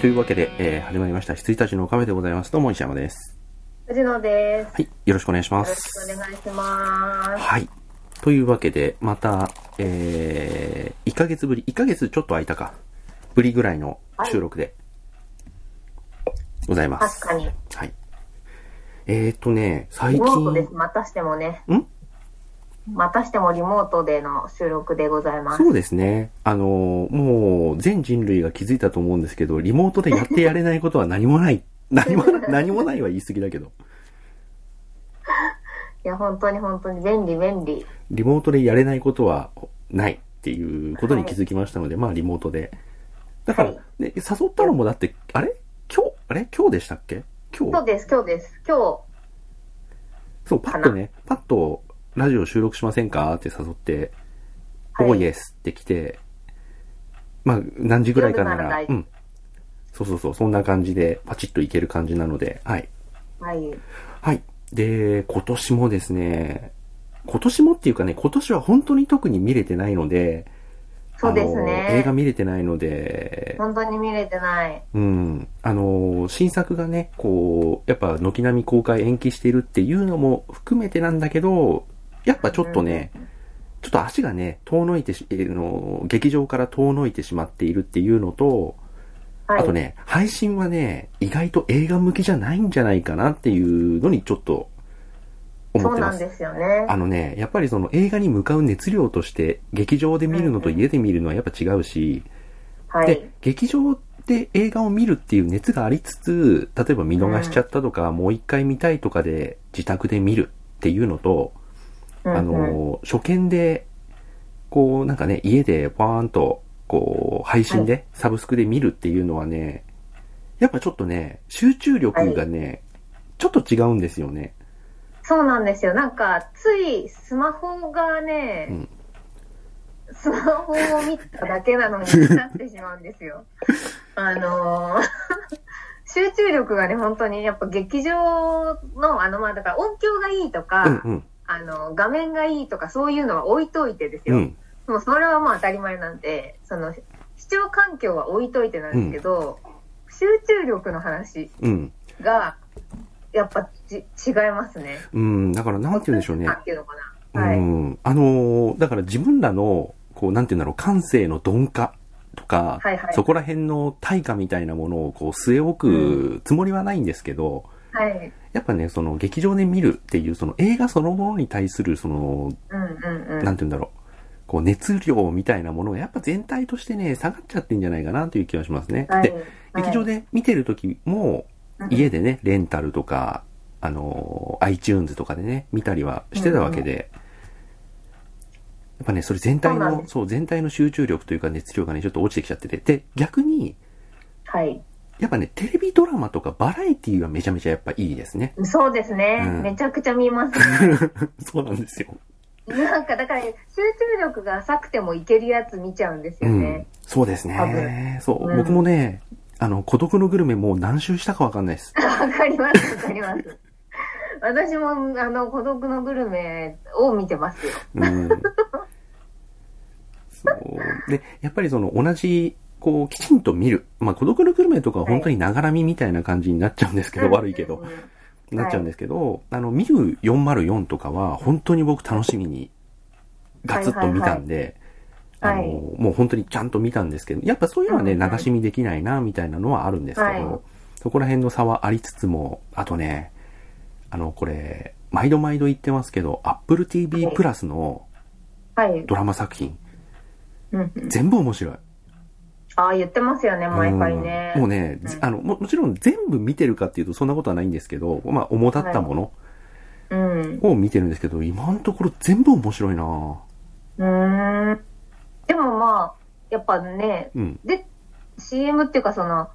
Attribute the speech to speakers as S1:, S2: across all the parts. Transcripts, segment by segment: S1: というわけで、えー始まりました。羊たちのカフェでございます。どうも、西山です。
S2: 藤野です。
S1: はい。よろしくお願いしま
S2: よろ
S1: す。
S2: しくお願いします。
S1: はい。というわけで、また、えー、1ヶ月ぶり、1ヶ月ちょっと空いたか、ぶりぐらいの収録で、ございま
S2: 確
S1: す。
S2: かに。
S1: はい。えーっとね、最
S2: リモートで
S1: 近
S2: す。、またしてもね。
S1: ん
S2: またしてもリモートでの収録でございます。
S1: そうですね。あの、もう、全人類が気づいたと思うんですけど、リモートでやってやれないことは何もない。何も、何もないは言い過ぎだけど。
S2: いや、本当に本当に便利便利。
S1: リモートでやれないことはないっていうことに気づきましたので、まあリモートで。だから、
S2: はい
S1: ね、誘ったのもだって、あれ今日、あれ今日でしたっけ今
S2: 今
S1: 日
S2: 日です、今日です。今日、
S1: そう、パッとね、パッとラジオ収録しませんかって誘って、
S2: はい
S1: おーイエスって来て、まあ何時ぐらいかな
S2: 夜な
S1: ら、
S2: ら大
S1: うん。そうそうそう、そんな感じでパチッといける感じなので、はい。
S2: はい。
S1: はい。で、今年もですね、今年もっていうかね、今年は本当に特に見れてないので、
S2: そうです
S1: あの映画
S2: ね。
S1: 見れてないので、
S2: 本当に見れてない。
S1: うん。あの、新作がね、こう、やっぱ軒並み公開延期しているっていうのも含めてなんだけど、やっぱちょっとね、ちょっと足がね、遠のいてし、えーの、劇場から遠のいてしまっているっていうのと、
S2: はい。
S1: あとね、配信はね、意外と映画向きじゃないんじゃないかなっていうのにちょっと思
S2: そ
S1: っ
S2: う
S1: て
S2: な
S1: ま
S2: ん
S1: す。
S2: ですよね。
S1: あのね、やっぱりその映画に向かう熱量として、劇場で見るのと家で見るのはやっぱ違うし、
S2: は
S1: で
S2: い。、
S1: 劇場で映画を見るっていう熱がありつつ、例えば見逃しちゃったとか、もう一回見たいとかで自宅で見るっていうのと、
S2: うんうん
S1: あの、初見で、こうなんかね、家でバーンと、こう、配信で、サブスクで見るっていうのはね、やっぱちょっとね、集中力がね、ちょっと違うんですよね。
S2: そうなんですよ。なんか、ついスマホがね、
S1: うん
S2: スマホを見ただけなのになってしまうんで すよ。あのー 集中力がね、本当に、やっぱ劇場の、あの、まあ、だから音響がいいとか、
S1: うんうん。
S2: あの、画面がいいとか、そういうのは置いといてです
S1: う
S2: よ。
S1: ん。
S2: もうそれはまあ当たり前なんで、その、視聴環境は置いといてなんですけど、集中力の話
S1: うん。
S2: が、やっぱじ違いますね。
S1: うん。だからなんて言うんでしょうね。
S2: あっていうのかな。は
S1: う
S2: い。
S1: ん。あのーだから自分らの、こう、なんて言うんだろう、感性の鈍化とか、
S2: はいはい
S1: そこら辺の対価みたいなものを、こう、据え置くつもりはないんですけど、
S2: はい。
S1: やっぱね、その劇場で見るっていう、その映画そのものに対する、その、
S2: うんうんうん。
S1: なんて言うんだろう、こう、熱量みたいなものが、やっぱ全体としてね、下がっちゃってんじゃないかなという気がしますね。
S2: はい
S1: で、劇場で見てる時も、
S2: はい
S1: 家でね、レンタルとか、あのー、iTunes とかでね、見たりはしてたわけで、やっぱね、それ全体
S2: そうなん
S1: の
S2: で、
S1: そう、全体の集中力というか熱量がね、ちょっと落ちてきちゃってて、で、逆に、
S2: はい。
S1: やっぱね、テレビドラマとかバラエティーはめちゃめちゃやっぱいいですね。
S2: そうですね、
S1: うん
S2: めちゃくちゃ 見ます。
S1: そうなんですよ。
S2: なんかだから、集中力が浅くてもいけるやつ見ちゃうんです
S1: う
S2: よ
S1: ん
S2: ね。。
S1: そうです
S2: 多
S1: ね
S2: 分。
S1: そう、
S2: うん
S1: 僕もね、あの、孤独のグルメもう何周したかわかんないです。
S2: わ、かります、わかります。私も、あの、孤独のグルメを見てますよ。
S1: うん。そう。で、やっぱりその同じ、こう、きちんと見る。まあ、孤独のグルメとかは本当にながら見みたいな感じになっちゃうんですけど、悪いけ
S2: う
S1: ど
S2: ん、。い
S1: なっちゃうんですけど、あの、見る404とかは本当に僕楽しみにガツッと見たんで、
S2: はいはいはい
S1: あ
S2: は
S1: の、もう本当にちゃんと見たんですけど、やっぱそういうのはね、
S2: うんうん
S1: 流し見できないな、みたいなのはあるんですけど、
S2: はい
S1: そこら辺の差はありつつも、あとね、あの、これ、毎度毎度言ってますけど、Apple TV
S2: はい
S1: プラスの
S2: はい。
S1: ドラマ作品、
S2: うんうん
S1: 全部面白い。
S2: ああ、言ってますよね、毎回ね。
S1: うんもうね、
S2: うん
S1: ぜあのも、もちろん全部見てるかっていうとそんなことはないんですけど、まあ、主だったもの
S2: うん。
S1: を見てるんですけど、今のところ全部面白いなぁ
S2: うーん。でもまあ、やっぱね、
S1: うん。
S2: で、CM っていうかその、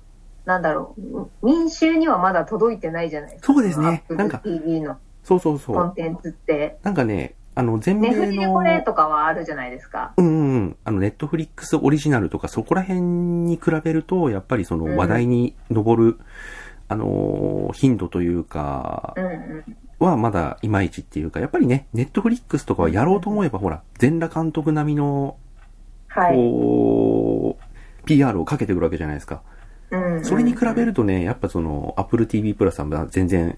S2: なんだろう、民衆にはまだ届いてないじゃないですか。
S1: そうですね
S2: その
S1: なんか
S2: Apple TV の
S1: そうそうそ
S2: コン
S1: う。
S2: テンツって。
S1: なんかね、あの、全米
S2: ネ
S1: の、
S2: フリでこれとかはあるじゃないですか。
S1: うんうんうん。あの、ネットフリックスオリジナルとか、そこら辺に比べると、やっぱりその
S2: うん
S1: 話題に上る、あのー頻度というか
S2: う、んうん。
S1: はまだいまいちっていうか、やっぱりね、ネットフリックスとかはやろうと思えば、ほら、全裸監督並みの
S2: はい。
S1: こう、PR をかけてくるわけじゃないですか。
S2: うん。
S1: それに比べるとね、やっぱその、Apple TV プラスは全然、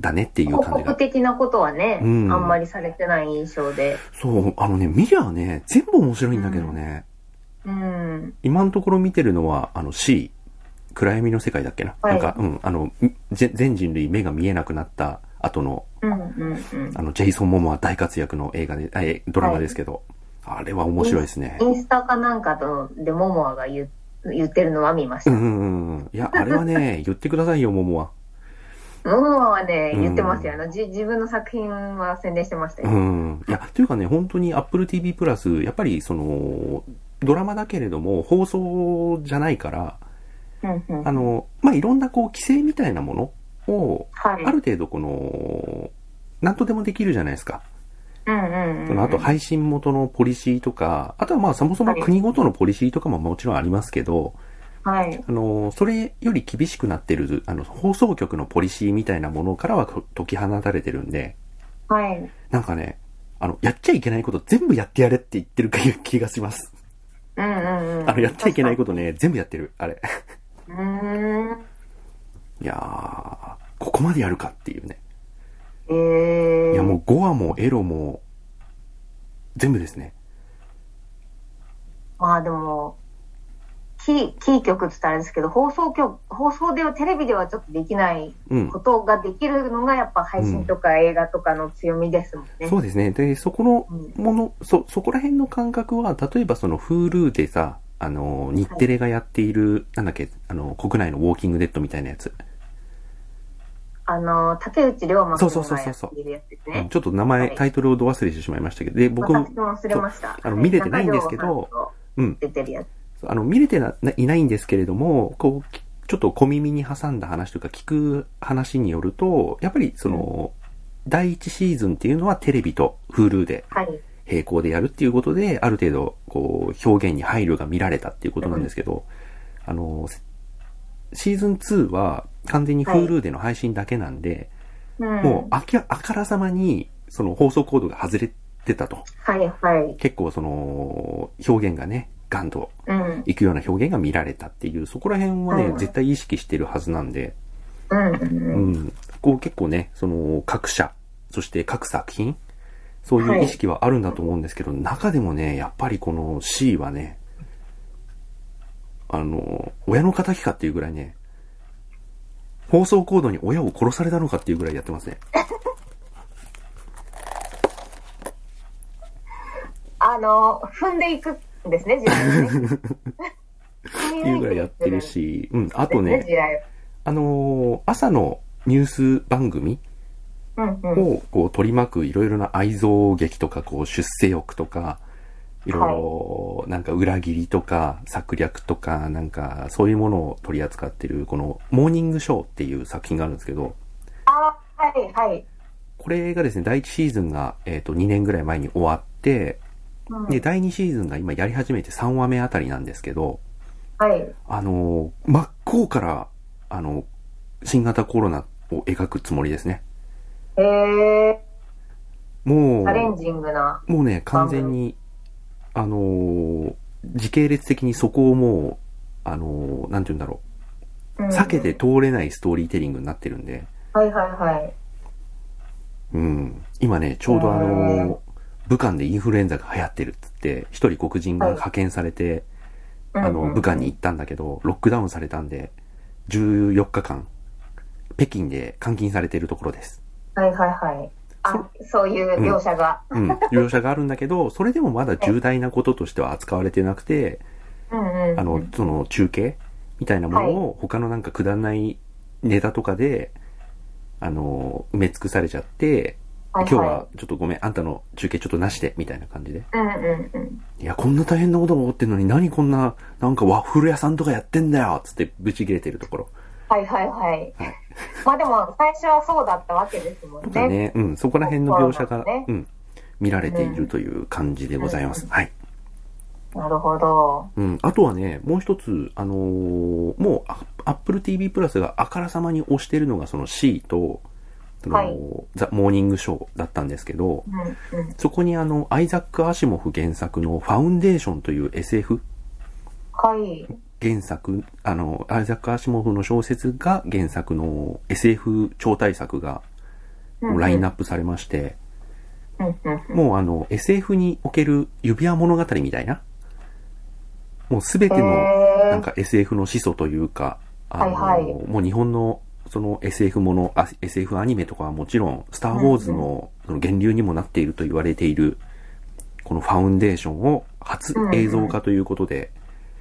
S1: だねっていう
S2: 広
S1: 感じ
S2: 告
S1: が。
S2: 的なことはね、
S1: うん
S2: あんまりされてない印象で。
S1: そう、あのね、見りゃね、全部面白いんだけどね、
S2: うん。
S1: 今のところ見てるのは、あの C、暗闇の世界だっけな。
S2: はい
S1: なんか、うん、あの、ぜ全人類目が見えなくなった後の、
S2: うんうんうん。
S1: あの、ジェイソン・モモア大活躍の映画で、あえドラマですけど、あれは面白いですね
S2: イ。ンスタかなんかとでモモアが言う言ってるのは見まし
S1: う
S2: た。
S1: んうんうん。いや、あれは ね、言ってくださいよ、モモア。
S2: モモアはね、
S1: うん
S2: 言ってますよ。あの、じ自分の作品は宣伝してました
S1: う
S2: よ。
S1: ん。いや、というかね、本当に Apple TV プラス、やっぱりその、ドラマだけれども、放送じゃないから、
S2: うんうん
S1: あの、まあ、いろんなこう、規制みたいなものを、
S2: はい。
S1: ある程度この、なんとでもできるじゃないですか。
S2: うんうんうん。
S1: そのあと配信元のポリシーとか、あとはまあそもそも国ごとのポリシーとかももちろんありますけど、
S2: はい。
S1: あの、それより厳しくなってる、あの、放送局のポリシーみたいなものからはこ解き放たれてるんで、
S2: はい。
S1: なんかね、あの、やっちゃいけないこと全部やってやれって言ってる気がします。
S2: うんうんうん。
S1: あの、やっちゃいけない
S2: こ
S1: ことね、全部やってる、あれ。
S2: と。うーん。
S1: いやー、ここまでやるかっていうね。
S2: えー。
S1: いや、もう5話もエロも、全部ですね。
S2: まあでも、キー、キー局って言ったらあれですけど、放送局、放送ではテレビではちょっとできない
S1: うん
S2: こ。とができるのがやっぱ配信とか映画とかの強みですもんね。
S1: そうですね。で、そこの
S2: うん
S1: もの、そ、そこら辺の感覚は、例えばその Hulu でさ、あの、日テレがやっている、なんだっけ、あの、国内のウォーキングデッドみたいなやつ。
S2: あの、竹内涼真
S1: そう
S2: 君
S1: そう
S2: が
S1: そ
S2: や
S1: うそう
S2: っているやつです
S1: うん
S2: ね。
S1: ちょっと名前、
S2: はい
S1: タイトルをど忘れしてしまいましたけど、で、僕、
S2: 私も忘れました。
S1: あの見れてないんですけど
S2: 中条さんと
S1: うん、
S2: 出てるやつ。
S1: あの、見れてなないないんですけれども、こう、きちょっと小耳に挟んだ話というか聞く話によると、やっぱりその、第一シーズンっていうのはテレビと Hulu で
S2: はい。
S1: 並行でやるっていうことで、ある程度、こう、表現に配慮が見られたっていうことなんですけど、あの、シーズン2は完全に
S2: はい
S1: Hulu での配信だけなんで、
S2: うん、
S1: もうあき、あからさまに、その放送コードが外れてたと。
S2: はいはい。
S1: 結構その、表現がね、ガンと
S2: うん。
S1: いくような表現が見られたっていう、そこら辺はね、
S2: うん
S1: 絶対意識してるはずなんで、
S2: うん。
S1: う
S2: うん。
S1: ん。こう結構ね、その、各社、そして各作品、そうい
S2: は
S1: う
S2: い
S1: 意識はあるんだと思うんですけど、中でもね、やっぱりこの C はね、あの、親の仇かっていうぐらいね、放送コードに親を殺されたのかっていうぐらいやってますね。
S2: あの、踏んでいくんですね、時代をね。
S1: って いうぐらいやってるし、うん。あとね、
S2: 時代を。
S1: あのー朝のニュース番組
S2: うんうん。
S1: をこう取り巻くいろいろな愛憎劇とか、こう出世欲とか、いろいろ、なんか裏切りとか、策略とか、なんかそういうものを取り扱ってる、この、モーニングショーっていう作品があるんですけど、
S2: あ、はいはい。
S1: これがですね、第1シーズンが、えっ、と、2年ぐらい前に終わって、
S2: うん
S1: で、第2シーズンが今やり始めて3話目あたりなんですけど、
S2: はい。
S1: あのー真っ向から、あの、新型コロナを描くつもりですね。
S2: へえ、
S1: もう、
S2: チャレンジングな。
S1: もうね、完全に、あのー時系列的にそこをもう、あのーなんて言うんだろ
S2: うん
S1: う、避けて。通れないストーリーテリングになってるんで、
S2: はいはいはい。
S1: うん。今ね、ちょうどあの
S2: へー
S1: ー武漢でインフルエンザが流行ってるっつって、一人黒人が派遣されて、
S2: うんうん
S1: あの、武漢に行ったんだけど、ロックダウンされたんで、14日間、北京で監禁されてるところです。
S2: はいはいはい。あ、そういう描写が。
S1: うん。 容赦があるんだけど、それでもまだ重大なこととしては扱われてなくて、
S2: うんうん。
S1: あの、その中継みたいなものを他のなんかくだらないネタとかで、あの、埋め尽くされちゃって、
S2: いい
S1: 今日は。ちょっとごめん、あんたの中継ちょっとなしで、みたいな感じで。
S2: うんうんうん。
S1: いや、こんな大変なことが起こってんのに、何こんな、なんかワッフル屋さんとかやってんだよつってブチ切れてるところ。
S2: はいはいはい
S1: はい。
S2: まあでも、最初はそうだったわけですもん
S1: とか
S2: ね。
S1: ね、うん、そこら辺の描写が、
S2: そうなん
S1: うん、見られているという感じでございます。はい。
S2: なるほど。
S1: うん、あとはね、もう一つ、あのーもう、アップル TV プラスがあからさまに推してるのが、その C と、その、
S2: はい
S1: ザ・モーニングショーだったんですけど、
S2: うんうん。
S1: そこにあの、アイザック・アシモフ原作のファウンデーションという SF
S2: はい。
S1: 原作、あの、アイザック・アシモフの小説が原作の SF 超大作が
S2: うん
S1: ラインナップされまして、
S2: うんうんうん
S1: もうあの、SF における指輪物語みたいな、もうすべての、
S2: へー
S1: なんか SF の始祖というか、あの、
S2: はいはい
S1: もう日本の、その SF もの、あ SF アニメとかはもちろん、スター・ウォーズのその源流にもなっていると言われている、このファウンデーションを初映像化ということで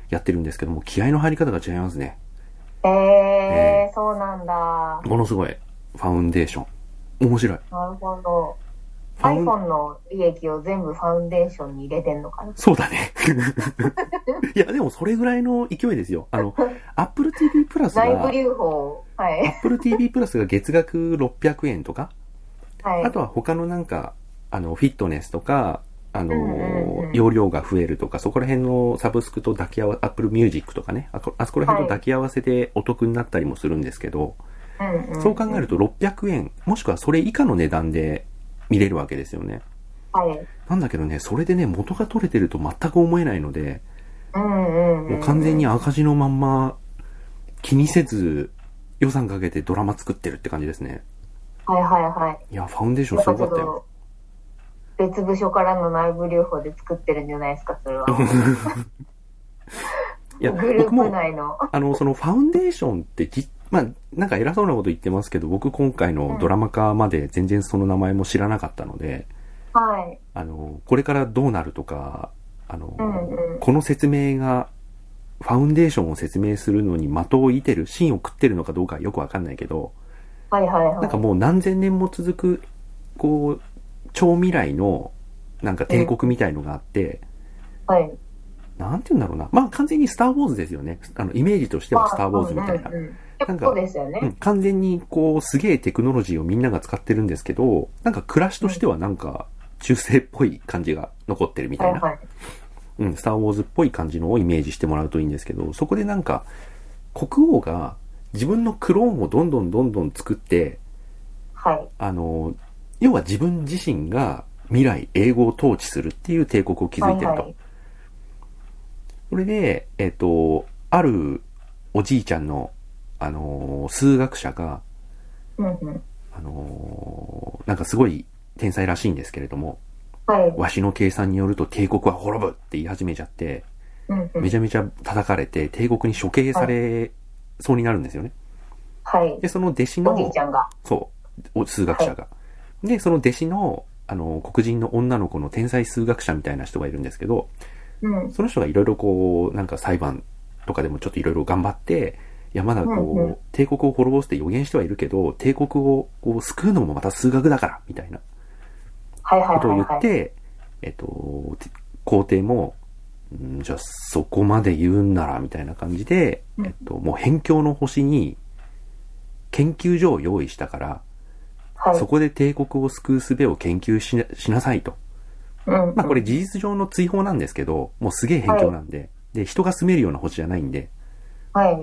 S1: やってるんですけども、気合の入り方が違いますね。
S2: えー、そうなんだ。な
S1: ものすごい。ファウンデーション。面白い。
S2: るほど。
S1: ファウン
S2: iPhone の利益を全部ファウンデーションに入れてんのかな。
S1: そうだね。 いや、でもそれぐらいの勢いですよ。 あの、Apple TV プラス
S2: 内部
S1: が、
S2: 留保、はい。
S1: Apple TV プラスが月額600円とか、
S2: はい。
S1: あとは他のなんか、あの、フィットネスとか、あの、
S2: うんうんうん
S1: 容量が増えるとか、そこら辺のサブスクと抱き合わせ、Apple Music とかね、あこあそこら辺と抱き合わせでお得になったりもするんですけど、
S2: うんん
S1: そう考えると600円、もしくはそれ以下の値段で見れるわけですよね。
S2: はい。
S1: なんだけどね、それでね、元が取れてると全く思えないので、
S2: うんうんうん。
S1: もう完全に赤字のまんま気にせず予算かけてドラマ作ってるって感じですね。
S2: はいはいはい。
S1: いや、ファウンデーションすごかったよ。
S2: やっぱちょっと別部署からの内部留保で作ってるんじゃないですか、それは。
S1: いや、
S2: グルー
S1: 僕
S2: プ
S1: も、
S2: 内の。
S1: あの、そのファウンデーションってじ、まあ、なんか偉そうなこと言ってますけど、僕今回のドラマ化まで全然その名前も知らなかったので、
S2: はい。
S1: あの、これからどうなるとか、あの、
S2: うんうん
S1: この説明が、ファウンデーションを説明するのに的を射てる、芯を食ってるのかどうかはよくわかんないけど、
S2: はいはいはい。
S1: なんかもう何千年も続く、こう、超未来の、なんか帝国みたいのがあって、
S2: はい。
S1: なんて言うんだろうな。まあ完全にスターウォーズですよね。あの、イメージとして
S2: ま
S1: は
S2: あ
S1: スターウォーズみたいな
S2: うん。うんうん
S1: なんか
S2: そうですよ
S1: う
S2: ね
S1: ん。、完全にこう、すげえテクノロジーをみんなが使ってるんですけど、なんか暮らしとしてはなんか、中世っぽい感じが残ってるみた
S2: はいい
S1: な。
S2: はい。
S1: うん、スター・ウォーズっぽい感じのをイメージしてもらうといいんですけど、そこでなんか、国王が自分のクローンをどんどんどんどん作って、
S2: はい。
S1: あの、要は自分自身が未来、英語を統治するっていう帝国を築いてると。
S2: はいはい
S1: それで、えっ、と、あるおじいちゃんの、あのー数学者が、
S2: うんうん。
S1: あのーなんかすごい天才らしいんですけれども、
S2: はい。
S1: わしの計算によると帝国は滅ぶって言い始めちゃって、
S2: うんう
S1: め
S2: ん。
S1: ちゃめちゃ叩かれて、帝国に処刑されそうになるんですよね。
S2: はい。
S1: で、その弟子の、
S2: おじいちゃんが。
S1: そう。お数学者が。で、その弟子の、あの、黒人の女の子の天才数学者みたいな人がいるんですけど、
S2: うん。
S1: その人がいろいろこう、なんか裁判とかでもちょっといろいろ頑張って、いや、まだこう、
S2: うんうん
S1: 帝国を滅ぼすって予言してはいるけど、帝国をこう救うのもまた数学だから、みたいな
S2: はいはい
S1: ことを
S2: はい
S1: 言
S2: は
S1: っ
S2: い。
S1: て、えっと、て皇帝も、うんじゃあそこまで言うんなら、みたいな感じで、
S2: うん
S1: えっと、もう辺境の星に研究所を用意したから、
S2: はい
S1: そ。こで帝国を救う術を研究しなしなさいと。
S2: うんうん
S1: まあこれ事実上の追放なんですけど、もうすげえ辺境なんで、で、人が住めるような星じゃないんで、
S2: はい。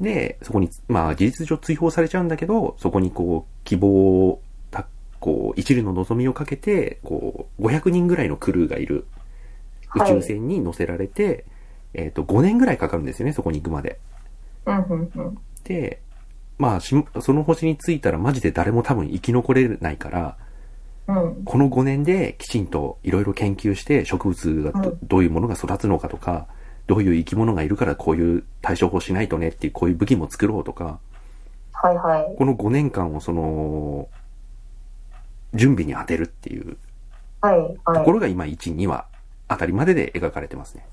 S1: で、そこに、まあ事実上追放されちゃうんだけど、そこにこう、希望を、たこう、一縷の望みをかけて、こう、500人ぐらいのクルーがいる宇
S2: はい
S1: 宙船に乗せられて、えっ、と、5年ぐらいかかるんですよね、そこに行くまで。
S2: うんうんうん。
S1: で、まあし、その星に着いたらマジで誰も多分生き残れないから、
S2: うん。
S1: この5年できちんといろいろ研究して植物がど,、
S2: うん
S1: ういうものが育つのかとか、どういう生き物がいるからこういう対処法しないとねっていうこういう武器も作ろうとか、
S2: はいはい。
S1: この5年間をその、準備に当てるっていう
S2: はい
S1: とこ
S2: はい。
S1: ろが今1、2話あたりまでで描かれてますね。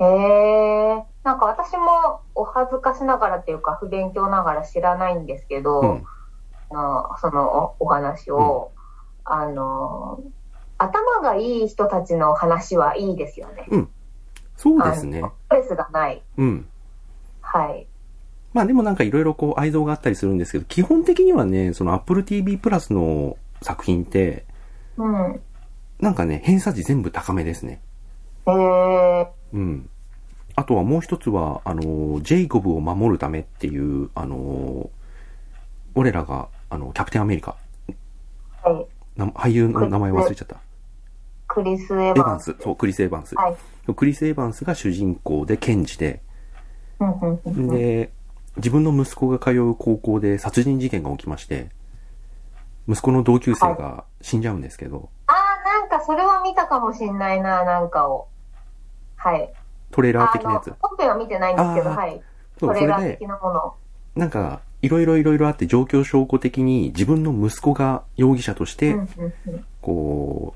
S2: えー。なんか私もお恥ずかしながらっていうか不勉強ながら知らないんですけど、
S1: うん。
S2: のそのおお話を、あの頭がいい人たちの話はいいですよね。
S1: そうですね
S2: あ。のストレスがない。
S1: うん。
S2: はい。
S1: まあでもなんかいろいろこう愛憎があったりするんですけど、基本的にはね、その Apple TV プラスの作品って、
S2: うん。へ
S1: なんかね、偏差値全部高めですね。
S2: えー。
S1: うん。あとはもう一つは、あの、ジェイコブを守るためっていう、あの、俺らが、あの、キャプテンアメリカ、
S2: はい。
S1: な俳優の名前忘れちゃった。
S2: クリス・エヴ
S1: エヴァ
S2: ァン
S1: ン
S2: ス。
S1: ス、そう、クリス・エヴァンス。
S2: はい。
S1: クリス・エヴァンスが主人公で、検事で、
S2: うんうんうんうん。
S1: で、自分の息子が通う高校で殺人事件が起きまして、息子の同級生が死んじゃうんですけど、
S2: ああ、なんかそれは見たかもしんないな、なんかを。はい。
S1: トレーラー
S2: あ
S1: 的なや
S2: の、
S1: つ。
S2: 本編は見てないんですけど、
S1: あー
S2: はい。
S1: そ
S2: ト
S1: う、そ
S2: レー
S1: れ
S2: ラー
S1: で
S2: 的、なもの。
S1: なんか、いろいろいろいろあって状況証拠的に自分の息子が容疑者とし
S2: うん
S1: て
S2: う、んうん。
S1: こ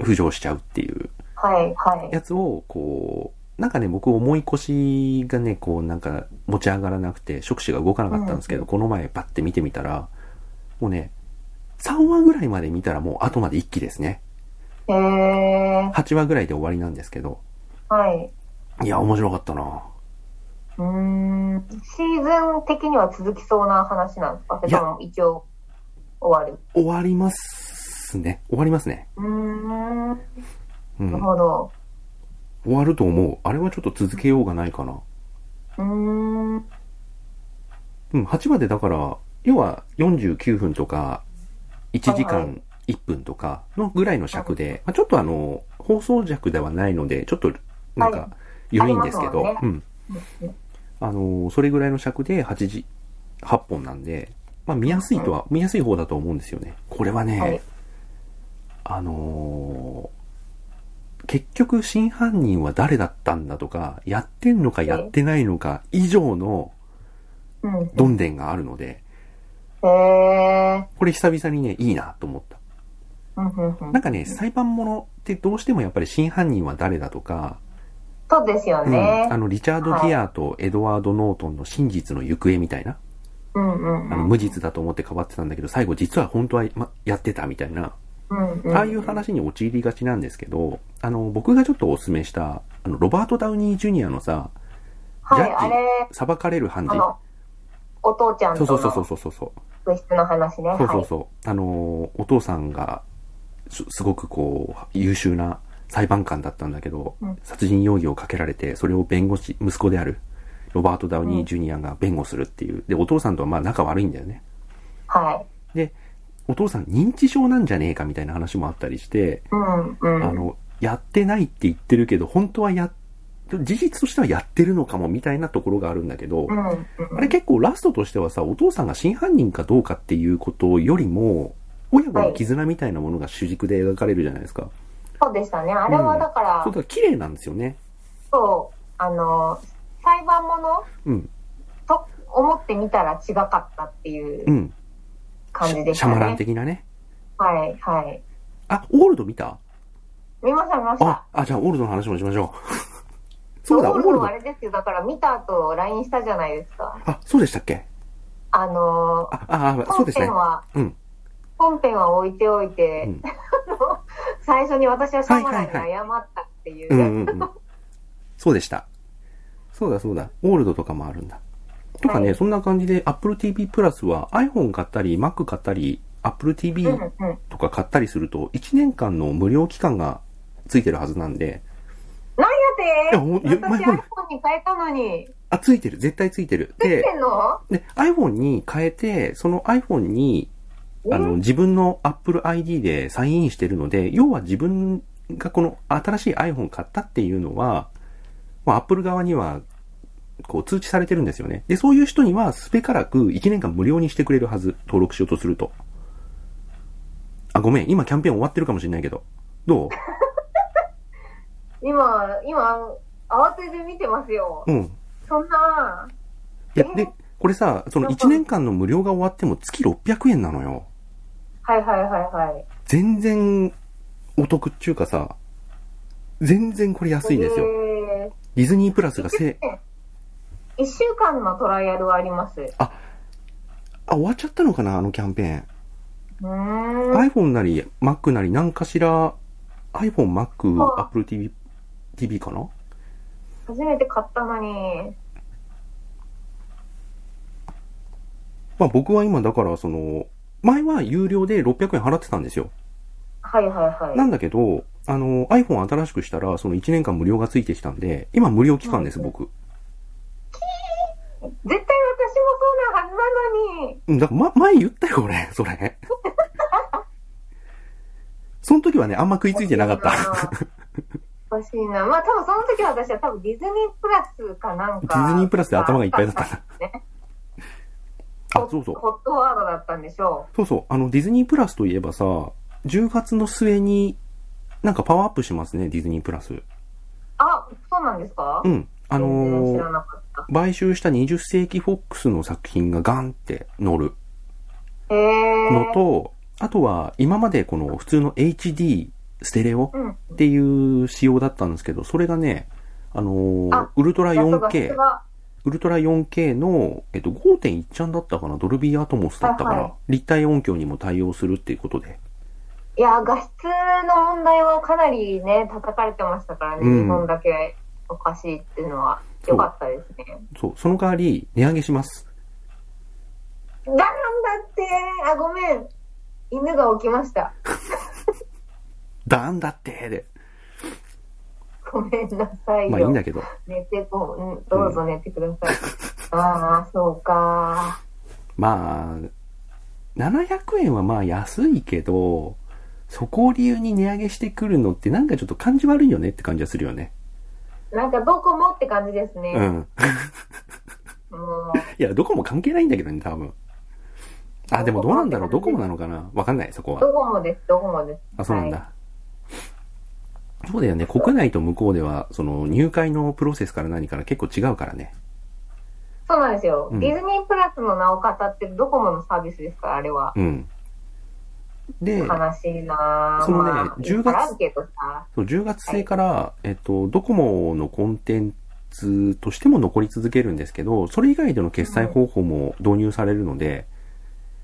S1: う、浮上しちゃうっていう
S2: はい、はい。
S1: やつを、こう、なんかね、僕、重い腰がね、こう、なんか、持ち上がらなくて、触手が動かなかったんですけど、この前、パッて見てみたら、もうね、3話ぐらいまで見たらもう、後まで一気ですね。
S2: へえ、
S1: 8話ぐらいで終わりなんですけど、
S2: はい。
S1: いや、面白かったな
S2: うーん。シーズン的には続きそうな話なんですかそれとも一応終わる。
S1: 終わりますね。終わりますね。
S2: うーん。な
S1: うん
S2: る。ほど。
S1: 終わると思う。あれはちょっと続けようがないかな。
S2: うーん。うん
S1: うん、8話でだから、要は49分とか、1時
S2: はいは
S1: 間1分とかのぐらいの尺で、まあ、ちょっとあの、放送尺ではないので、ちょっとなん
S2: は
S1: か、緩いんですけど、
S2: あります
S1: うん。あの、それぐらいの尺で8時、8本なんで、まあ見やすいとは、見やすい方だと思うんですよね。これはね、
S2: はい
S1: あのー結局真犯人は誰だったんだとか、やってんのかやってないのか以上の
S2: うん。
S1: どんでんがあるので、
S2: へえ。
S1: これ久々にね、いいなと思った。
S2: うんうんうん
S1: なんかね、裁判ものってどうしてもやっぱり真犯人は誰だとか、
S2: そうですよ
S1: うん、
S2: ね
S1: あ。の、リチャード・ギアとエドワード・ノートンの真実の行方みたいな、
S2: うんうんうん。
S1: あの、無実だと思って変わってたんだけど、最後実は本当は、ま、やってたみたいな、
S2: うんうん
S1: ああいう話に陥りがちなんですけど、あの、僕がちょっとお勧めした、あの、ロバート・ダウニー・ジュニアのさ、
S2: は
S1: ジ
S2: い、
S1: ャッジ
S2: あれ、
S1: 裁かれる判
S2: あ
S1: 事。
S2: の、お父ちゃん
S1: そ
S2: と
S1: う
S2: の
S1: そうそうそうそうそう。
S2: 物質の話ね。
S1: そうそうそう。あのー、お父さんが、すすごくこう、優秀な裁判官だったんだけど、
S2: うん
S1: 殺人容疑をかけられて、それを弁護士、息子である、ロバート・ダウニー・ジュニアが弁護するっていう。で、お父さんとはまあ仲悪いんだよね。
S2: はい。はい。
S1: お父さん認知症なんじゃねえかみたいな話もあったりして、
S2: うんうん。
S1: あの、やってないって言ってるけど、本当はや、事実としてはやってるのかもみたいなところがあるんだけど、
S2: うんうん、
S1: あれ結構ラストとしてはさ、お父さんが真犯人かどうかっていうことよりも、親子の絆みたいなものが主軸で描かれるじゃないですか。
S2: そうでしたね。あれはだから、
S1: そうだから綺麗なんですよね。
S2: そう、あの、裁判もの
S1: うん。
S2: と思ってみたら違かったっていう
S1: うん。
S2: 感じでし
S1: シ
S2: た
S1: ャ
S2: ね。
S1: マラン的なね。
S2: はい、はい。
S1: あ、オールド見た
S2: 見ました、見ました
S1: あ。、あ、じゃあオールドの話もしましょ う。そうだ、オ
S2: オ
S1: ー
S2: ー
S1: ル
S2: ルド
S1: ド
S2: はあ。れですよ。だから見た後、LINE したじゃないですか。
S1: あ、そうでしたっけ
S2: あの、
S1: あ、あ、あそう
S2: 本
S1: ですね
S2: 編。は、
S1: うん
S2: 本編は置いておいて、
S1: うん
S2: 最初に私はシャマランに
S1: はい
S2: 謝ったっていう。
S1: うんうんうん。そうでした。そうだそうだ。オールドとかもあるんだ。とかね、
S2: はい
S1: そんな感じで Apple TV プラスは iPhone 買ったり、Mac 買ったり、Apple TV
S2: うんうん
S1: とか買ったりすると、1年間の無料期間がついてるはずなんで、いやほんい
S2: だ
S1: や
S2: って、私
S1: 前
S2: iPhone
S1: も
S2: に変えたのに、
S1: あ、ついてる、絶対ついてる。
S2: 出
S1: で
S2: て、んの
S1: で iPhone に変えて、その iPhone に、あ
S2: え
S1: の、自分の Apple ID でサインインしてるので、要は自分がこの新しい iPhone 買ったっていうのは、まあ、Apple 側には、こう通知されてるんですよね。で、そういう人には、スペからく1年間無料にしてくれるはず。登録しようとすると。あ、ごめん。今キャンペーン終わってるかもしれないけど。どう
S2: 今、今、慌てて見てますよ。
S1: うん。
S2: そんな、
S1: いや
S2: え、ー
S1: で、これさ、その1年間の無料が終わっても月600円なのよ。
S2: はいはいはいはい。
S1: 全然お得っていうかさ、全然これ安いですよ。
S2: え
S1: ディズニープラスがせ、
S2: ー、1週間のトライアルはあります。う
S1: あ、終わっちゃったのかなあのキャンペーン。
S2: ーん。
S1: iPhone なり Mac なり何かしら、iPhone、Mac、
S2: あ
S1: Apple TV、TV かな
S2: 初めて買ったのに。
S1: まあ僕は今だからその、前は有料で600円払ってたんですよ。
S2: はいはいはい。
S1: なんだけど、あの、iPhone 新しくしたら、その1年間無料がついてきたんで、今無料期間です、
S2: うん
S1: 僕。
S2: 絶対私もそうなはずなのに。
S1: うんだから、ま、前言ったよ、俺、そ れ。その時はね、あんま食いついてなかった。
S2: た。おかしいな。まあ多分その時私は多分ディズニープラスかなんか。
S1: ディズニープラスで頭がいっぱいだったな。あ、そうそう。
S2: ホットワードだったんでしょ
S1: そうそう。あの、ディズニープラスといえばさ、10月の末に、なんかパワーアップしますね、ディズニープラス。
S2: う。あ、そうなんですか
S1: うん。あ
S2: 全然
S1: の
S2: 知
S1: ー
S2: らなかっ
S1: 買収した20世紀フォックスの作品がガンって乗る
S2: た。へえ。
S1: のと、あとは今までこの普通の HD ステレオ
S2: うん。
S1: っていう仕様だったんですけど、それがね、あのー
S2: あ
S1: ウルトラ
S2: 画質
S1: 4K、
S2: が
S1: ウルトラ 4K の、えっと、5.1ちゃんだったかな、ドルビーアトモスだったから、
S2: はいはい
S1: 立体音響にも対応するっていうことで。
S2: いや、画質の問題はかなりね、叩かれてましたからね、
S1: うん
S2: 日本だけおかしいっていうのは
S1: そう
S2: 良かったですね。
S1: そう、その代わり値上げします。
S2: なんだってあ、ごめん。犬が起きました。
S1: だんだってで。
S2: ごめんなさいよ。
S1: まあいいんだけど。
S2: 寝てこう、うん、どうぞ寝てください。 ああ、そうか。
S1: まあ、700円はまあ安いけど、そこを理由に値上げしてくるのってなんかちょっと感じ悪いよねって感じはするよね。
S2: なんかどこもって感じです
S1: う
S2: ね。
S1: ん。
S2: も
S1: いや、どこも関係ないんだけどね、多分。あ、でもどうなんだろうどこもなのかなわかんない、そこ
S2: う、
S1: は。
S2: どこもです、どこもです。
S1: あ、そうなん
S2: は
S1: だ。そうだよね。国内と向こうでは、その入会のプロセスから何から結構違うからね。
S2: いそうなんですよ。
S1: うん
S2: ディズニープラスの名を語ってるドコモのサービスですから、あれは。
S1: うん。で、
S2: 悲しいなぁ
S1: そのね
S2: まあ、
S1: 10月
S2: わからんけどさ。
S1: そう10月末から、えっと、ドコモのコンテンツとしても残り続けるんですけど、それ以外での決済方法も導入されるので、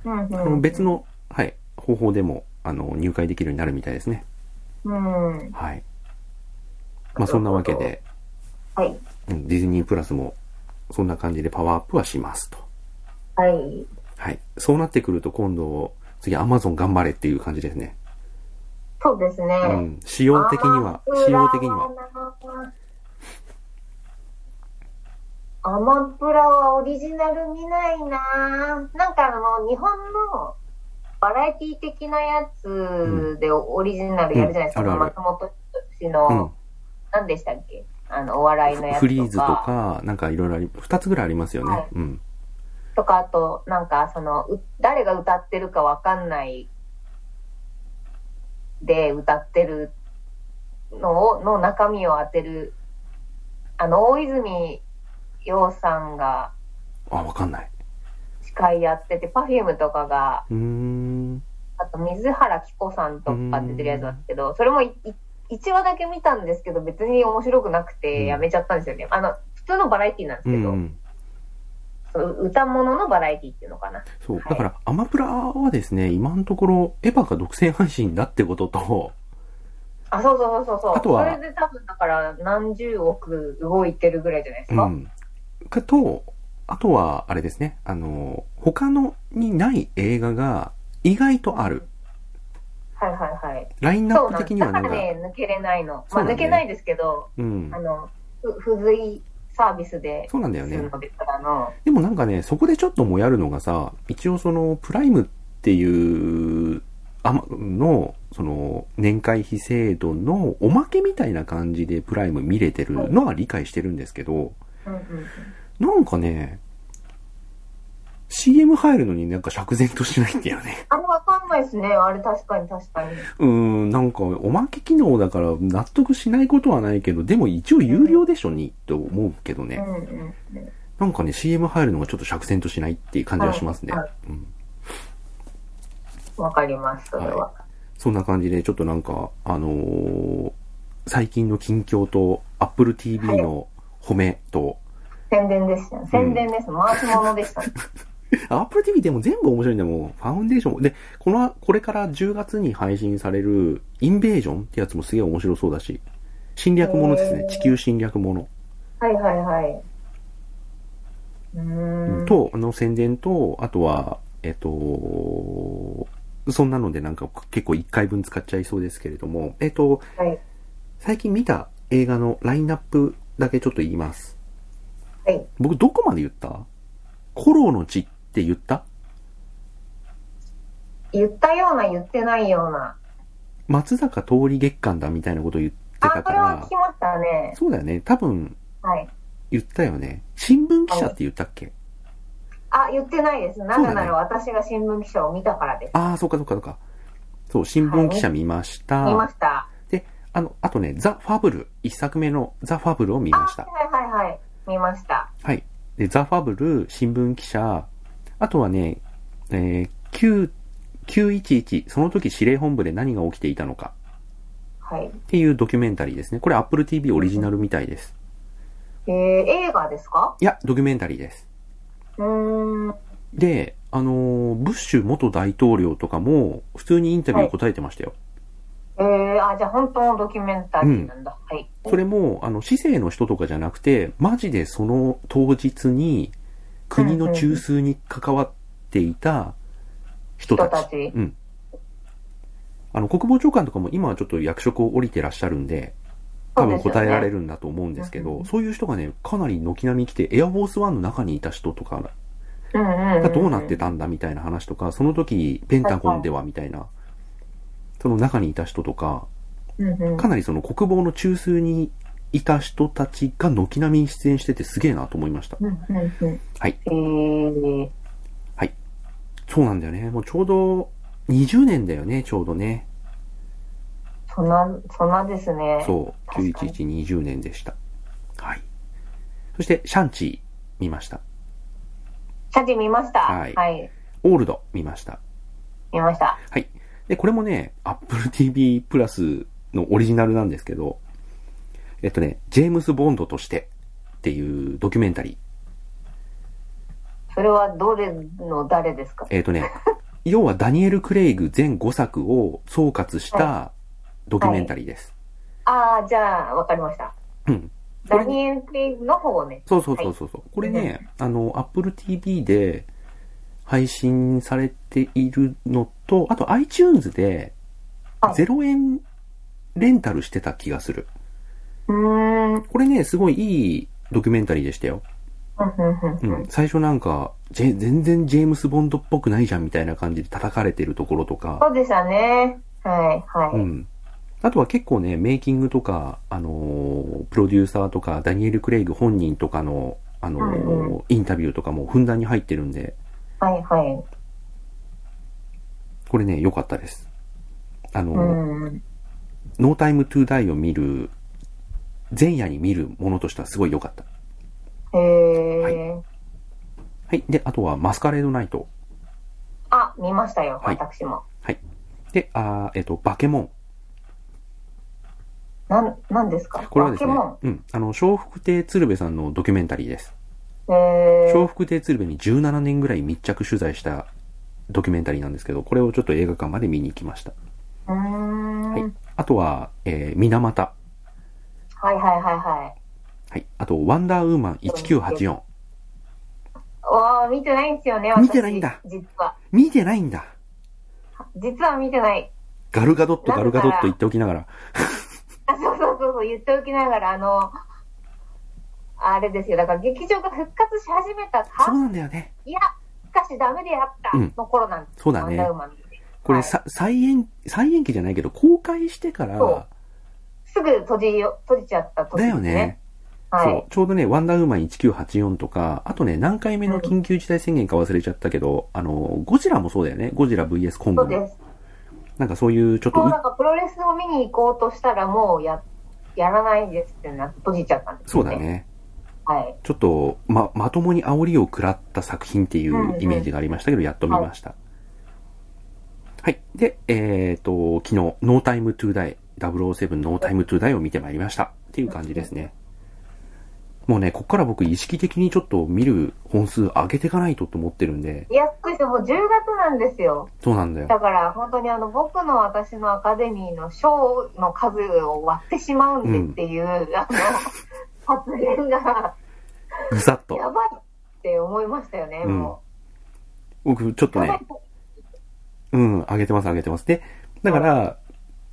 S2: うんうん、
S1: あの別の、はい、方法でも、あの、入会できるようになるみたいですね。
S2: うん。
S1: はい。まあ、そんなわけで、
S2: はい。
S1: うんディズニープラスも、そんな感じでパワーアップはしますと。
S2: はい。
S1: はい。そうなってくると、今度、次、アマゾン頑張れっていう感じですね。
S2: そうですね。
S1: うん。仕様的には、仕様的には。。
S2: アマプラはオリジナル見ないなぁなんかあの、日本のバラエティ的なやつでオリジナルやるじゃないですか。
S1: うんあるある
S2: 松本氏
S1: う
S2: の、
S1: ん。
S2: 何でしたっけあの、お笑いのやつとか。
S1: フリーズとか、なんかいろいろあり、二つぐらいありますよね。
S2: はい
S1: うん。
S2: とか、あと、なんか、その、う誰が歌ってるかわかんないで歌ってるのを、の中身を当てる、あの、大泉洋さんが
S1: あ、わかんない。
S2: 司会やってて、Perfume とかが、
S1: うーん。
S2: あと水原希子さんとか出てるやつなんですけど、それもいい1話だけ見たんですけど、別に面白くなく
S1: うん
S2: てやめちゃったんですよね。あの、普通のバラエティなんです
S1: う
S2: け
S1: ん
S2: ど、
S1: うん。
S2: その歌物のバラエティっていうのかな。
S1: そう。
S2: はい
S1: だから、アマプラはですね、今のところ、エヴァが独占配信だってことと、
S2: あ、そうそうそうそうそう。
S1: あとは
S2: それで多分だから何十億動いてるぐらいじゃないです
S1: う
S2: か。
S1: ん。かと、あとは、あれですね、あの、他のにない映画が意外とある。
S2: はいはいはい。
S1: ラインナッ
S2: そう
S1: プ
S2: なん
S1: 的
S2: です。
S1: には
S2: だ
S1: な
S2: か
S1: ん
S2: ら
S1: か、
S2: ね、抜けれないの。
S1: そ
S2: ま
S1: うなんだよ
S2: あ
S1: ね
S2: 抜けないですけど、
S1: うん
S2: あ。の、ふ付随サービスで。
S1: そうなんだよね
S2: するのでからの。
S1: でもなんかね、そこでちょっともやるのがさ、一応その、プライムっていう、あま、の、その、年会費制度のおまけみたいな感じでプライム見れてるのは理解してるんですけど、
S2: うんうん。
S1: なんかね、CM 入るのになんか釈然としないんだよね。
S2: あれわかんないですね。あれ確かに確かに。
S1: うーん、なんかおまけ機能だから納得しないことはないけど、でも一応有料でしょに、と思うけど
S2: う
S1: ね。
S2: んうんうん。
S1: なんかね、CM 入るのがちょっと釈然としないっていう感じはしますね。
S2: はいはい
S1: うん
S2: わかります、それは。
S1: そんな感じで、ちょっとなんか、あのー最近の近況と、Apple TV の褒めと、
S2: 宣伝でしたね。宣伝です。回し物でしたね。
S1: Apple TV でも全部面白いんだもん。ファウンデーションも。で、この、これから10月に配信される、インベージョンってやつもすげえ面白そうだし、侵略ものですね
S2: へ。ー
S1: 地球侵略もの。
S2: はいはいはい。うーん。
S1: と、あの宣伝と、あとは、えっと、そんなのでなんか結構1回分使っちゃいそうですけれども、えっと、
S2: はい。
S1: 最近見た映画のラインナップだけちょっと言います。
S2: はい。
S1: 僕どこまで言ったコロの血って言った
S2: 言ったような言ってないような。
S1: 松坂通り月間だみたいなこと言った
S2: あ、
S1: か
S2: これは
S1: ら
S2: 聞き、ましたね。
S1: そうだよね。多分、
S2: はい。
S1: 言ったよね。新聞記者って言ったっけ
S2: あ、言ってないです。なぜな
S1: ね
S2: ら私が新聞記者を見たからです。
S1: ああ、そうかそうかそうか。そう、新聞記者見ました。
S2: 見ました。
S1: で、あの、あとね、ザ・ファブル、一作目のザ・ファブルを見
S2: あ、
S1: ました。
S2: はいはいはい。見ました。
S1: はい。で、ザ・ファブル、新聞記者、あとはね、えー、9、911、その時司令本部で何が起きていたのか
S2: はい。
S1: っていうドキュメンタリーですね。これ Apple TV オリジナルみたいです。
S2: えー、映画ですか
S1: いや、ドキュメンタリーです。
S2: うーん。
S1: で、あのーブッシュ元大統領とかも普通にインタビュー答えてましたよ。
S2: えー、あ、じゃあ本当のドキュメンタリーなんだ。はい。
S1: それも、あの、市政の人とかじゃなくて、マジでその当日に、国の中枢に関わっていた人た
S2: 人
S1: ち。
S2: たち。
S1: うん。あの、国防長官とかも今はちょっと役職を降りてらっしゃるんで、多分答えられ
S2: る。
S1: るんだと思うんですけど、
S2: うんうん
S1: そういう人がね、かなり軒並み来て、エアフォースワンの中にいた人とか
S2: うんうん、
S1: がどうなってたんだみたいな話とか、その時、ペンタゴンではみたいな、その中にいた人とか、
S2: うんうん、
S1: かなりその国防の中枢にいた人たちが軒並み出演しててすげえなと思いました。
S2: うんうんうん。
S1: はい。
S2: えー、
S1: そうなんだよね。もうちょうど20年だよね、ちょうどね。
S2: そんな、そんなですね。
S1: そう。
S2: 確かに
S1: 91120年でした。はい。そして、シャンチー見ました。
S2: 写真見ました。
S1: は
S2: はいい。
S1: オールド見ました。
S2: 見ました。
S1: はい。で、これもね、Apple TV プラスのオリジナルなんですけど、えっとね、ジェームス・ボンドとしてっていうドキュメンタリー。
S2: それはどれの誰ですか
S1: えっ、と ね、要はダニエル・クレイグ全5作を総括したドキュメンタリーです。
S2: ああ、じゃあ、わかりました。
S1: うん。こ
S2: ダ
S1: れ
S2: ニエル・クレイグの方ね。
S1: そうそうそうそう。これね、あの、Apple TV で配信されているのと、あと iTunes で
S2: はい
S1: 0円レンタルしてた気がする。
S2: うーん。うん
S1: これね、すごいいいドキュメンタリーでしたよ。
S2: うん
S1: う
S2: うん
S1: ん。最初なんか、ジェ全然ジェームス・ボンドっぽくないじゃんみたいな感じで叩かれてるところとか。
S2: そうでしたね。はい、はい。
S1: うん。あとは結構ね、メイキングとか、あのープロデューサーとか、ダニエル・クレイグ本人とかの、あのー
S2: うん
S1: インタビューとかもふんだんに入ってるんで、
S2: はい、はい。
S1: これね、良かったです。あの
S2: う
S1: ー、
S2: ん。
S1: ノータイム・トゥ・ダイを見る、前夜に見るものとしてはすごい良かった。
S2: えー。
S1: はい。で、あとはマスカレード・ナイト。
S2: あ、見ましたよ、
S1: はい
S2: 私も。
S1: で、あーえっ、と、バケモン。
S2: なん、なんですか
S1: これはですね
S2: バケモ、
S1: うん。あの、笑福亭鶴瓶さんのドキュメンタリーです。
S2: ンえー
S1: 笑。福亭鶴瓶に17年ぐらい密着取材したドキュメンタリーなんですけど、これをちょっと映画館まで見に行きました。
S2: うーん。
S1: はいあとは、えー、水俣。
S2: はい、はい、はい、はい。
S1: はい。あと、ワンダーウーマン1984。
S2: わあ、見てないんですよね、私。
S1: 見てないんだ
S2: 実は。
S1: 見てないんだ。
S2: 実は見てない。
S1: ガルガドット、ガルガドット言っておきながら。
S2: あ、そうそうそうそう、言っておきながら、あの、あれですよ、だから劇場が復活し始めた
S1: そう
S2: か、
S1: なんだよね。
S2: いや、しかしダメでやった
S1: うん
S2: の頃なんです、
S1: そうだね
S2: ワンダーウーマンって
S1: これ、
S2: はい
S1: さ再延、再延期じゃないけど、公開してか
S2: そう
S1: ら、
S2: すぐ閉じよ、閉じちゃった時、
S1: だ
S2: ね。
S1: よね。
S2: は
S1: そ
S2: い。
S1: う。ちょうどね、ワンダーウーマン1984とか、あとね、何回目の緊急事態宣言か忘れちゃったけど、あの、ゴジラもそうだよね。ゴジラ VS コン
S2: そ
S1: グ
S2: うで
S1: の。
S2: す。
S1: なんかそういう、ちょっと
S2: もう
S1: う
S2: なんかプロレスを見に行こうとしたら、もうや、やらないですってなって閉じちゃったんです
S1: そ
S2: よ
S1: うだ。ね。
S2: はい。
S1: ちょっと、ま、まともに煽りを食らった作品っていうイメージがありましたけど、やっと見ました。はい。で、えっ、と、昨日、ノータイムトゥーダイ、007ノータイムトゥーダイを見てまいりました。っていう感じですね。もうね、こっから僕意識的にちょっと見る本数上げていかないとと思ってるんで、
S2: いや、そうですよもう10月なんですよ。
S1: そうなんだよ。
S2: だから、本当にあの、僕の私のアカデミーの賞の数を割ってしまうんでっていう、あの、発言が、
S1: ぐさっと。
S2: やばいって思いましたよね、
S1: うん
S2: も
S1: 僕、ちょっ
S2: う。
S1: とね、うん、上げてます、上げてます。で、だから、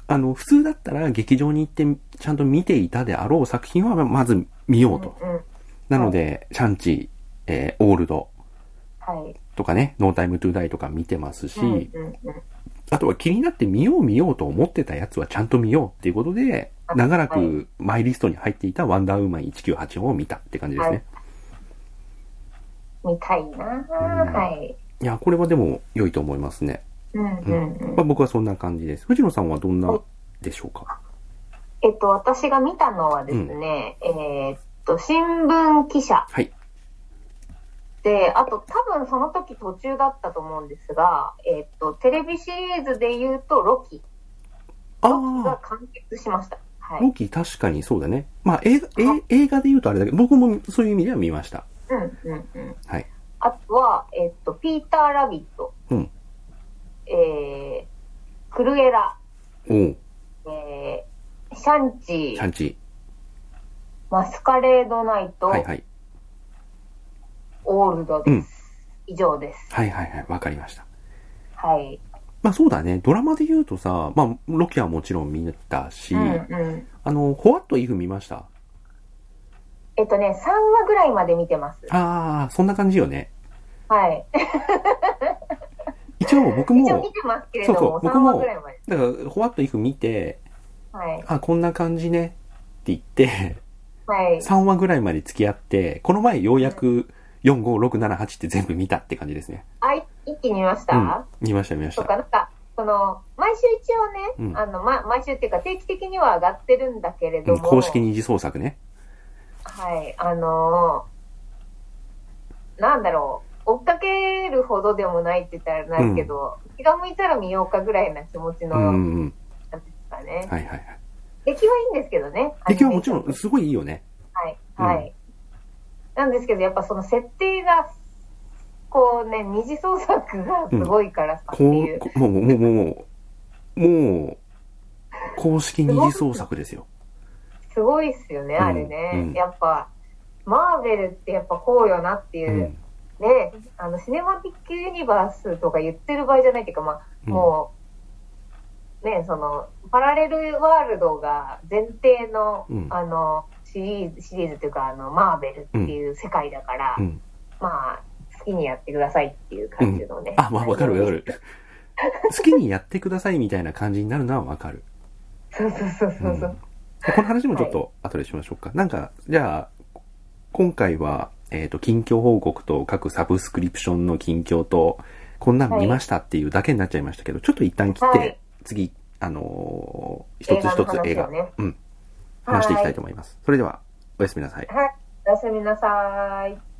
S1: あの、普通だったら劇場に行ってちゃんと見ていたであろう作品は、まず見ようと。
S2: うん、うん
S1: なので、シャンチー、えーオールド
S2: はい。
S1: とかね、ノータイムトゥーダイとか見てますし、
S2: うんうんうん
S1: あとは気になって見よう見ようと思ってたやつはちゃんと見ようっていうことで、長ら
S2: はい
S1: くマイリストに入っていたワンダーウーマン1984を見たって感じですね。
S2: 見たいなぁ、
S1: うん
S2: はい。
S1: いや、これはでも良いと思いますね。
S2: うんうんうん。
S1: まあ、僕はそんな感じです。藤野さんはどんなでしょうか
S2: えっと、私が見たのはですね、えーっと、新聞記者
S1: はい。
S2: で、あと多分その時途中だったと思うんですが、えーっと、テレビシリーズで言うとロキ。
S1: あ
S2: ロキが
S1: あ、
S2: 完結しました。はい
S1: ロ。キ確かにそうだね。まあ、映画、え映画で言うとあれだけど、僕もそういう意味では見ました。
S2: うんうんうん。
S1: はい。
S2: あとは、えーっと、ピーター・ラビット。
S1: うん
S2: えー、クルエラ。
S1: おう、
S2: えー、シャンチ
S1: シャ
S2: ー、
S1: ンチ
S2: マスカレードナイ
S1: ー。
S2: ト、
S1: はいはい。
S2: オールドです。以上です。
S1: はいはいはい。わかりました。
S2: はい。
S1: まあそうだね。ドラマで言うとさ、まあ、ロキはもちろん見たし、
S2: うんうん。
S1: あの、ホワットイフ見ました。
S2: えっとね、3話ぐらいまで見てます。
S1: ああ、そんな感じよね。
S2: はい。
S1: 一応僕
S2: 一応見
S1: も、
S2: てますけれど
S1: そうそう
S2: も、
S1: 僕
S2: 3
S1: も
S2: 話ぐらいまで。
S1: だから、ホワットイフ見て、
S2: はい。
S1: あ、こんな感じねって言って、
S2: はい。
S1: 3話ぐらいまで付き合って、この前ようやく4、5、6、7、8って全部見たって感じですね。
S2: あ、い一気に見ました、
S1: うん。見ました見まし
S2: と
S1: た。
S2: か、なんか、その、毎週一応ね、
S1: うん
S2: あの、ま、毎週っていうか定期的には上がってるんだけれ
S1: う
S2: ど
S1: ん、
S2: も、
S1: 公式。二次創作ね。
S2: はい。あのーなんだろう。追っかけるほどでもないって言ったらないけど、気が向いたら見ようかぐらいな気持ち
S1: う
S2: の、
S1: ん
S2: なん
S1: うんうん。
S2: ていうんですかね。
S1: はいはいはい。
S2: 出来はいいんですけどね。
S1: 出来はもちろ
S2: アニメ
S1: ん、すごいいいよね。
S2: はい。
S1: うん
S2: はい。なんですけど、やっぱその設定が、こうね、二次創作がすごいからさ、って
S1: こ、
S2: いうう。
S1: こもう、もう、もう、もう、公式二次創作ですよ。
S2: すごいっすよね、
S1: うん
S2: あれね。
S1: うん
S2: やっぱ、マーベルってやっぱこうよなっていうう。
S1: ん。
S2: ね、あの、シネマティックユニバースとか言ってる場合じゃないっていうか、まあ、
S1: うん
S2: もう、ね、その、パラレルワールドが前提の、
S1: うん
S2: あの、シリーズ、シリーズというか、あの、マーベルっていう世界だから、
S1: うん。
S2: まあ、好きにやってくださいっていう感じのね。
S1: あ、まあわかるわかる。好きにやってくださいみたいな感じになるのはわかる。
S2: そうそうそうそうそう。
S1: この話もちょっと後でしましょうか。なんか、じゃあ、今回は、えっ、と、近況報告と各サブスクリプションの近況と、こんなん見ましたっていうだけになっちゃいましたけど、ちょっと一旦切って、
S2: はい
S1: 次、あのー一つ一つ映
S2: 映
S1: 画、
S2: 画の話をね
S1: うん、話していきたいと思います。それでは、おやすみなさい。
S2: はい。おやすみなさい。